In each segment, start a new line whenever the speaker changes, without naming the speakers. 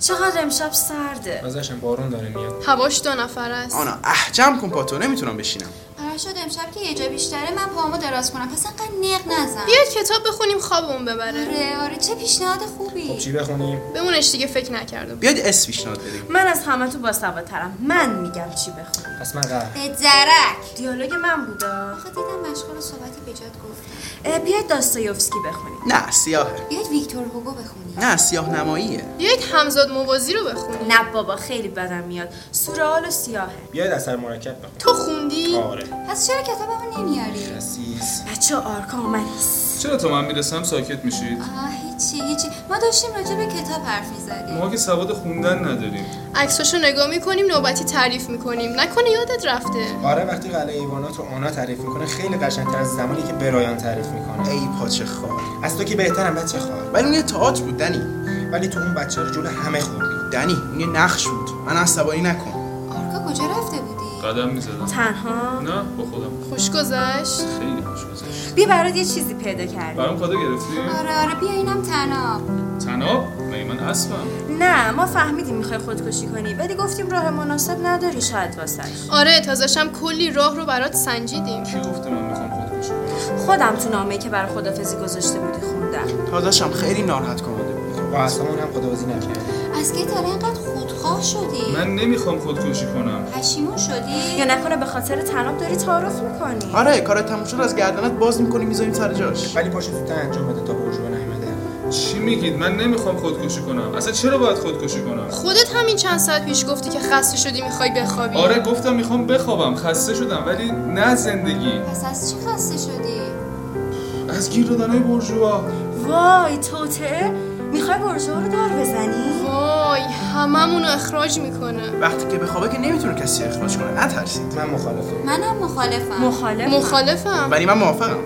چقدر امشب سرده
ازشم بارون داره میاد
هواش دو نفر است
آنا اه جمع کن پاتو نمیتونم بشینم
قرار شد امشب که یه جا بیشتره من پاهامو دراز کنم پس انقدر نق نزن
بیاید کتاب بخونیم خوابمون ببره
آره آره چه پیشنهاد خوبی
خب چی بخونیم
بمونش دیگه فکر نکردم
بیاید اسم پیشنهاد بدیم
من از همه تو باسوادترم من میگم چی بخونی
پس من قهر
به درک
دیالوگ من بودا
آخه دیدم مشغول صحبتی به جات گفتم
اه، بیاید داستایوفسکی بخونیم
نه سیاهه
بیاید ویکتور هوگو بخونی
نه سیاه نماییه
بیاید همزاد موازی رو بخونیم
نه بابا خیلی بدم میاد سورال و سیاهه
بیاید اثر مرکب بخونیم
تو خوندی؟
آره
پس چرا کتابمو نمیاری
خسیس
بچه آرکا اومد نیست
چرا تا من میرسم ساکت میشید
آه هیچی هیچی ما داشتیم راجع به کتاب حرف میزدیم
ما که سواد خوندن نداریم
عکساشو نگاه میکنیم نوبتی تعریف میکنیم نکنه یادت رفته
آره وقتی قلعه ایوانات رو آنا تعریف میکنه خیلی قشنگتر از زمانی که برایان تعریف میکنه
ای پاچه خار
از تو که بهترم بچه خوار
ولی اون یه تئاتر بود دنی
ولی تو اون بچه رو جلو همه خوردی
دنی اون یه نقش بود من عصبانی نکن
آرکا کجا رفته بودی
قدم میزدم
تنها
نه با خودم
خوش گذشت
خیلی خوش گذشت
بیا برات یه چیزی پیدا کردیم
برام کادو گرفتی
آره آره بیا اینم تناب
تناب مگه من اسبم
نه ما فهمیدیم میخوای خودکشی کنی ولی گفتیم راه مناسب نداری شاید واسش
آره تازاشم کلی راه رو برات سنجیدیم
کی گفته من میخوام خودکشی کنم
خودم تو نامه که برای خدافزی گذاشته بودی خوندم
تازاشم خیلی ناراحت کننده بود
با اصلامون هم خداوزی نکرد
از کی تا اینقدر خودخواه شدی
من نمیخوام خودکشی کنم
پشیمون شدی
یا نکنه به خاطر تناب داری تعارف میکنی
آره کارت تموم شد از گردنت باز میکنی میذاریم سر جاش
ولی پاشو زودتر انجام بده تا برجوه نیومده
چی میگید من نمیخوام خودکشی کنم اصلا چرا باید خودکشی کنم
خودت همین چند ساعت پیش گفتی که خسته شدی میخوای بخوابی
آره گفتم میخوام بخوابم خسته شدم ولی نه زندگی
پس از چی خسته شدی
از گیر دادنهای برجوا
وای توته میخوای برجوها رو دار بزنی
وای هممونو اخراج میکنه
وقتی که بخوابه که نمیتونه کسی اخراج کنه نترسید
من مخالفم
منم مخالفم
مخالف
مخالفم
ولی من موافقم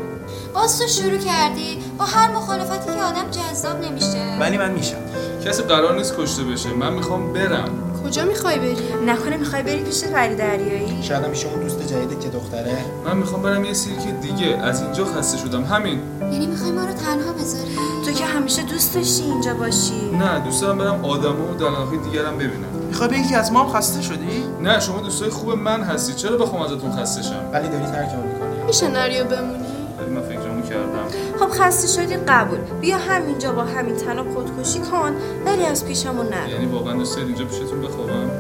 باز تو شروع کردی با هر مخالفتی که آدم جذاب نمیشه
ولی من میشم
کسی قرار نیست کشته بشه من میخوام برم
کجا میخوای بری
نکنه میخوای بری پیش پری دریایی
شاید هم میشه اون دوست جدیده که دختره
من میخوام برم یه سیرک دیگه از اینجا خسته شدم همین
یعنی میخوای ما رو تنها بذاری
تو که همیشه دوست داشتی اینجا باشی
نه دوست دارم برم آدما و دلنهای دیگرم ببینم
میخوای به یکی از ما هم خسته شدی
نه شما دوستای خوب من هستید چرا بخوام ازتون خسته شم
ولی داری ترکمون میکنی
میشه نری و بمونی
ولی من فکرمو کردم
خب خسته شدی قبول بیا همینجا با همین تناب خودکشی کن ولی از پیشمون نرو
یعنی واقعا دوست دارید اینجا پیشتون بخوابم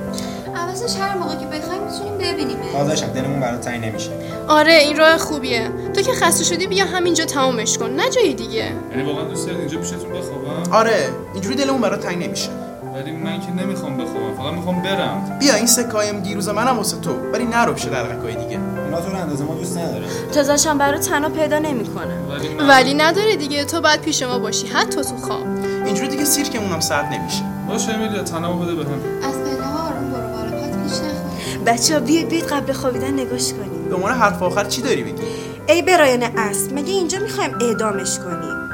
عوضش هر موقع که بخوایم میتونیم ببینیم
داداشم دلمون برات تنگ نمیشه
آره این راه خوبیه تو که خسته شدی بیا همینجا تمومش کن نه جای دیگه
یعنی واقعا دوست دارید اینجا پیشتون بخوابم
آره اینجوری دلمون برات تنگ نمیشه
ولی من که نمیخوام بخوابم فقط میخوام برم
بیا این سکایم دیروز منم واسه تو ولی نرو بشه رقای دیگه
اونا تو رو اندازه ما دوست نداره
تازاشم برای تنها پیدا نمیکنه
ولی من
ولی نداره دیگه تو باید پیش ما باشی حتی تو خواب
اینجوری دیگه سیرکمونم سرد نمیشه
باشه امیلیا تنمو بده بهم
از پله ها آروم برو بالا پات پیش نخور
بچه ها بیاید بیاید قبل خوابیدن نگاش کنیم
به عنوان حرف آخر چی داری بگی
ای براین اسب مگه اینجا میخوایم اعدامش کنیم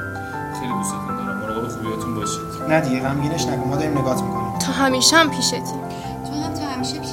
خیلی دوستتون دارم مراقب خوبیاتون باشید
نه دیگه غمگینش نکن ما داریم نگات میکنیم
تا همیشه هم پیشتی
تو هم تا همیشه پیش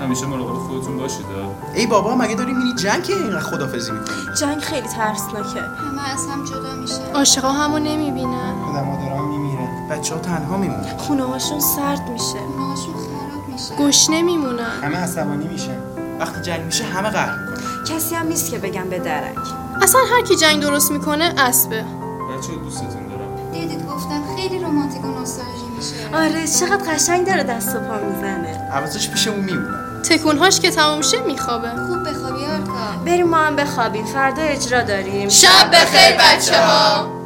همیشه مراقب خودتون باشید ها.
ای بابا مگه داری میری جنگ که اینقدر خدافزی میکنی
جنگ خیلی ترسناکه
همه از هم جدا میشن
عاشقا همو نمیبینن
آدما دارن میمیرن
بچه ها تنها میمونن
خونه هاشون سرد میشه
ماشون خراب میشه
گشنه میمونن
همه عصبانی میشن
وقتی جنگ میشه همه قهر میکنن
کسی هم نیست که بگم به درک
اصلا هر کی جنگ درست میکنه اسبه
بچه دوستتون دارم
دیدید گفتم خیلی رمانتیک و نوستالژی میشه
آره چقدر قشنگ داره دست و پا میزنه
عوضش پیشمون میمونن
تکونهاش که تمام میشه میخوابه
خوب بخوابی آرکا
بریم ما هم بخوابیم فردا اجرا داریم
شب بخیر بچه ها